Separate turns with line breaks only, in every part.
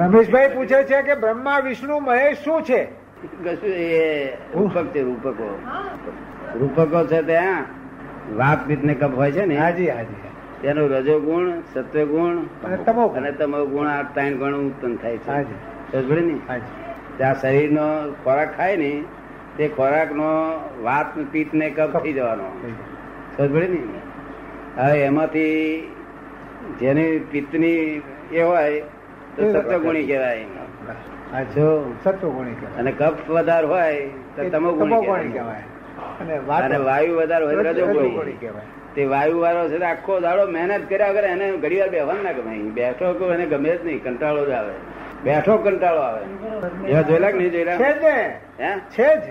રમેશભાઈ પૂછે છે કે બ્રહ્મા વિષ્ણુ મહેશ શું છે
કશું એ રૂપક છે રૂપકો રૂપકો છે ત્યાં વાપ ને કપ હોય છે ને
હાજી હાજી
તેનો રજો ગુણ સત્વ ગુણ
અને તમો ગુણ.
અને તમો ગુણ આ ત્રણ ગણું ઉત્પન્ન થાય છે
હાજી
સમજ પડી ને
હાજી
ત્યાં શરીરનો ખોરાક ખાય ને તે ખોરાકનો વાત પીત ને કપ થઈ જવાનો સમજ પડી ને હવે એમાંથી જેની પિત્તની એ હોય તો સત્વગુણી કહેવાય
હાજી
જો
સત્વગુણી કહેવાય
અને કફ વધારે હોય તો
એ
તમોગુણી
તમોગુણી
કહેવાય
કહેવાય અને
અને
વાત
વાયુ વધારે હોય તો રજોગુણી
રજોગુણી કહેવાય
તે વાયુ વાળો છે તો આખો દાડો મહેનત કર્યા વગર એને ઘડી વાર બેહવાનું ના ગમે બેઠો કોઈ એને ગમે જ નહીં કંટાળો જ આવે બેઠો કંટાળો આવે એવા જોયેલા કે નહીં
છે
જોયેલા
જ ને
હે
છે જ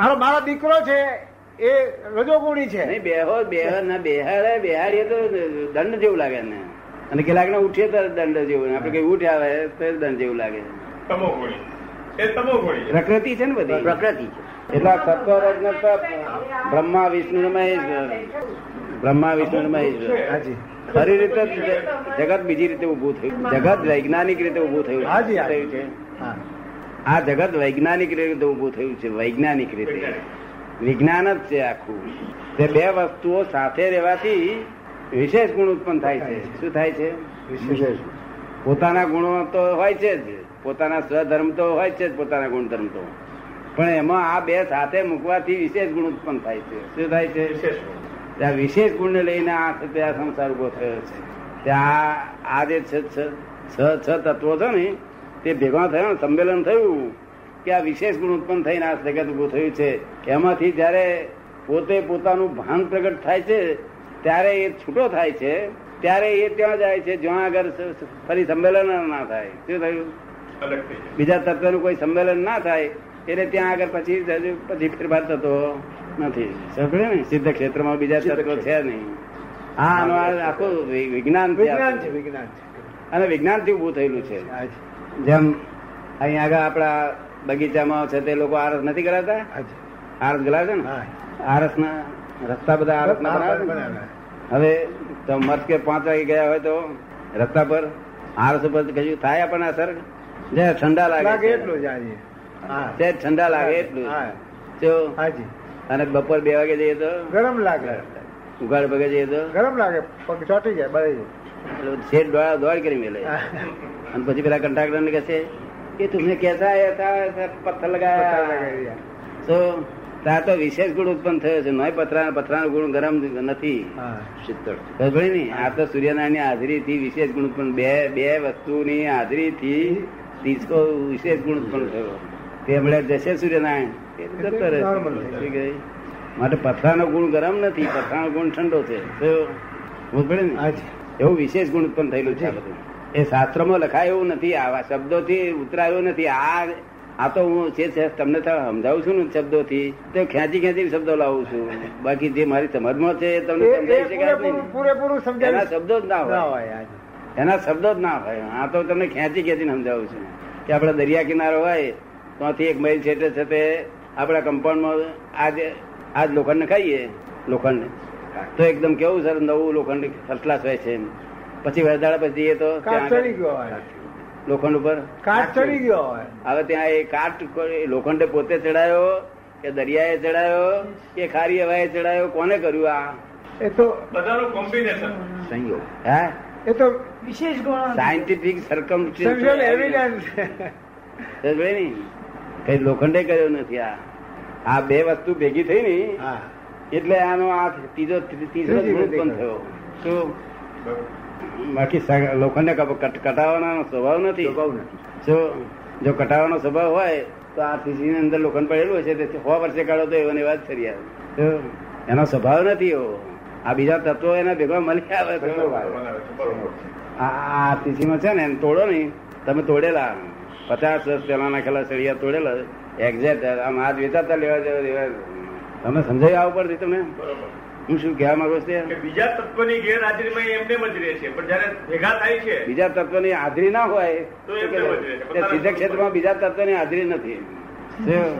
મારો મારો દીકરો છે એ રજોગુણી છે
નહીં બેહો બેહો ના બેહાડે બેહાડીએ તો દંડ જેવું લાગે ને અને કેટલાક ને ઉઠીએ તો દંડ જેવું આપણે કઈ ઉઠે આવે તો દંડ જેવું લાગે
તમો ગુણી એ તમો ગુણી
પ્રકૃતિ છે ને બધી પ્રકૃતિ એટલા તત્વ રત્ન તપ બ્રહ્મા વિષ્ણુ ને મહેશ બ્રહ્મા વિષ્ણુ ને મહેશ
હાજી
ખરી રીતે જ જગત બીજી રીતે ઉભું થયું જગત વૈજ્ઞાનિક રીતે ઉભું થયું
હાજી, હાજી.
થયું છે
હા
આ જગત વૈજ્ઞાનિક રીતે ઉભું થયું છે વૈજ્ઞાનિક રીતે વિજ્ઞાન જ છે આખું તે બે વસ્તુઓ સાથે રહેવાથી વિશેષ ગુણ ઉત્પન્ન થાય છે શું થાય છે
વિશેષ.
પોતાના ગુણો તો હોય છે જ પોતાના સ્વધર્મ તો હોય છે જ પોતાના ગુણધર્મ તો પણ એમાં આ બે સાથે મૂકવાથી વિશેષ ગુણ ઉત્પન્ન થાય છે શું થાય છે
વિશેષ ગુણ.
તે આ વિશેષ ગુણને લઈને આ તે આ સંસાર ઉભો થયો છે તે આ આ જે છ છ છ છ તત્વો છે ને તે ભેગા થયા ને સંમેલન થયું કે આ વિશેષ ગુણ ઉત્પન્ન થઈને આ જગત ઉભું થયું છે એમાંથી જ્યારે પોતે પોતાનું ભાન પ્રગટ થાય છે ત્યારે એ છૂટો થાય છે ત્યારે એ ત્યાં જાય છે જ્યાં આગળ સ- સ- ફરી સંમેલન ના થાય શું થયું
અલગ થઈ જાય
બીજા તત્વનું કોઈ સંમેલન ના થાય એટલે ત્યાં આગળ પછી જ- પછી ફેરફાર થતો નથી સમજે ને સિદ્ધ ક્ષેત્રમાં બીજા
સિદ્ધ
તત્વો છે નહીં આ આનું આ આખું વિ- વિજ્ઞાન છે
વિજ્ઞાન છે
આખું.
વિજ્ઞાન છે
અને વિજ્ઞાનથી ઊભું થયેલું છે
હાજી
જેમ અહીંયા આગળ આપણા બગીચામાં છે તે લોકો આરસ નથી કરાતા
હાજી
આરસ ગલાવે છે ને
હા
આરસના રસ્તા બધા આરસના બનાવે છે ને?
બનાવે.
હવે તો મત કે પાંચ વાગે ગયા હોય તો રસ્તા પર આરસ ઉપર કશું થાય આપણને અસર જે ઠંડા લાગે
લાગે
છે.
એટલું જ હાજી હા
તે ઠંડા લાગે એટલું
હા
જો
હાજી
અને બપોર બે વાગે જઈએ તો
ગરમ લાગે
ઉઘાડ પગે જઈએ તો
ગરમ લાગે પગ ચોટી જાય બરાબર
એટલે શેઠ દોડા દોડ કરી મેલે અને પછી પેલા કંટ્રાક્ટર ને કહેશે કે તમને કહેતા આયા હતા, સર, પથ્થર લગાયા તો તાર તો વિશેષ ગુણ ઉત્પન્ન થયો છે નોય પથરા પથરાનો ગુણ ગરમ નથી
હા
શીતળ ખબર પડી ને આ તો સૂર્યનારાયણ ની હાજરી થી વિશેષ ગુણ ઉત્પન્ન બે બે વસ્તુની હાજરી થી તીસકો વિશેષ ગુણ ઉત્પન્ન થયો તે હમણાં જશે સૂર્યનારાયણ એ જતો રહેશે.
Normal થઈ
શું કહે? માટે પથરાનો ગુણ ગરમ નથી પથરાનો ગુણ ઠંડો છે તો ખબર પડી ને
હાજી
એવું વિશેષ ગુણ ઉત્પન્ન થયેલું છે આ બધું એ શાસ્ત્રોમાં લખાય એવું નથી આવા શબ્દોથી ઉતરાયું નથી આ આ તો હું જે છે તમને તો સમજાવું છું ને શબ્દોથી તો ખેંચી ખેંચી શબ્દો લાવું છું બાકી જે મારી સમજમાં છે એ તમને
એ- એ
સમજાવી શકાય જ
પૂરેપૂરું
નહીં.
પૂરેપૂરું
એના
સમજાવી
શબ્દો જ ના
ના
હોય
હોય હાજી
એના શબ્દો જ ના હોય આ તો તમને ખેંચી ખેંચીને સમજાવું છું કે આપણે દરિયા કિનારો હોય ત્યાંથી એક મહિલ છેટે છે તે આપણા કમ્પાઉન્ડમાં આજ આજ લોખંડ ખાઈએ લોખંડ તો એકદમ કેવું સર નવું લોખંડ ફર્સ્ટ ક્લાસ હોય છે એમ. પછી વરદાળ પછી જઈએ તો ત્યાં
કાચ ચડી
આગળ
ગયો હોય
લોખંડ ઉપર
કાચ ચડી ગયો હોય
હવે ત્યાં એ કાટ કોઈ- લોખંડે પોતે ચડાયો કે દરિયાએ ચડાયો કે ખારી હવાએ ચડાયો કોને કર્યું આ
એ તો
બધાનું કોમ્બિનેશન
સંયોગ હા
એ તો
વિશેષ ગુણ
સાયન્ટિફિક સરકમ
સર્જન એવિડન્સ
સમજાય ને? કઈ લોખંડે કર્યો નથી આ આ બે વસ્તુ ભેગી થઈ ને
હા
એટલે આનો આ ત્રીજો ત્રીજો
ત્રીજી વૃત્તિ
ગુણ ઉત્પન્ન
કરી.
થયો શું બાકી સા- લોખંડને કપ- કટ- કટાવવાનો સ્વભાવ નથી જો જો કટાવવાનો સ્વભાવ હોય તો આ ત્રીજીની અંદર લોખંડ પડેલું હશે તે સો વર્ષે કાઢો તો એવાની વાત ફરી આવે તો એનો સ્વભાવ નથી એવો આ બીજા તત્વો એના ભેગા મળી આવે છે.
બનાવે છે, બરોબર છે.
આ આરસીસીમાં છે ને એમ તોડો ને તમે તોડેલા પચાસ વર્ષ પહેલા નાખેલા સળિયા તોડેલા એક્ઝેક્ટ આમ હાથ વેચાતા લેવા જવા દેવા તમે સમજાય આ ઉપરથી તમે
બરોબર
હું શું કહેવા માંગુ છું
કે
તે?
બીજા તત્વની ગેરહાજરીમાં એ એમને જ રહે છે પણ જ્યારે ભેગા થાય છે
બીજા તત્વની હાજરી ના હોય
તો એમને વધે.
તે સિદ્ધ ક્ષેત્રમાં બીજા તત્વની હાજરી નથી શું?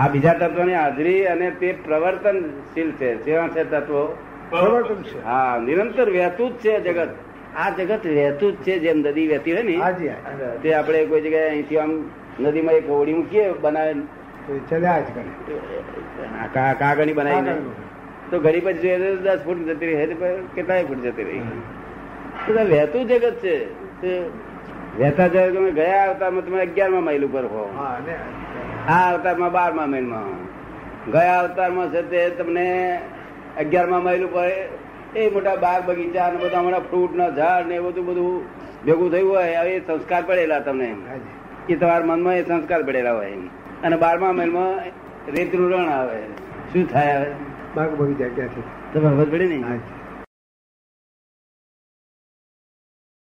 આ બીજા તત્વની હાજરી અને તે પ્રવર્તનશીલ છે જેવા છે તત્વો
બરોબર
પ્રવર્તન છે
હા નિરંતર વહેતું જ છે જગત આ જગત વહેતું જ છે જેમ નદી વહેતી હોય ને
હાજી હાજી
તે આપણે કોઈ જગ્યાએ અહીંથી આમ નદીમાં એક હોડી મૂકીએ બનાવે
તો ચલ્યા જ કરે
આ કા- કાગળની બનાવીને તો ઘડી પછી જોઈએ તો દસ ફૂટ જતી રહી તો કેટલાય ફૂટ જતી રહી તો આ વહેતું જગત છે તે વહેતા જગત તમે ગયા અવતારમાં તમે અગિયારમાં માઇલ ઉપર હો
હા અને
આ અવતારમાં બારમા માઇલમાં હો ગયા અવતારમાં છે તે તમને અગિયારમાં માઇલ ઉપર એ મોટા બાગ બગીચા ને બધા મોટા ફ્રૂટના ઝાડ ને એ બધું બધું ભેગું થયું હોય હવે એ સંસ્કાર પડેલા તમને
હાજી
એ તમારા મનમાં એ સંસ્કાર પડેલા હોય અને બારમા માઇલમાં રેતનું રણ આવે શું થાય હવે
બાગ બગીચા ક્યાંથી
તમે ખબર પડી ને
હાજી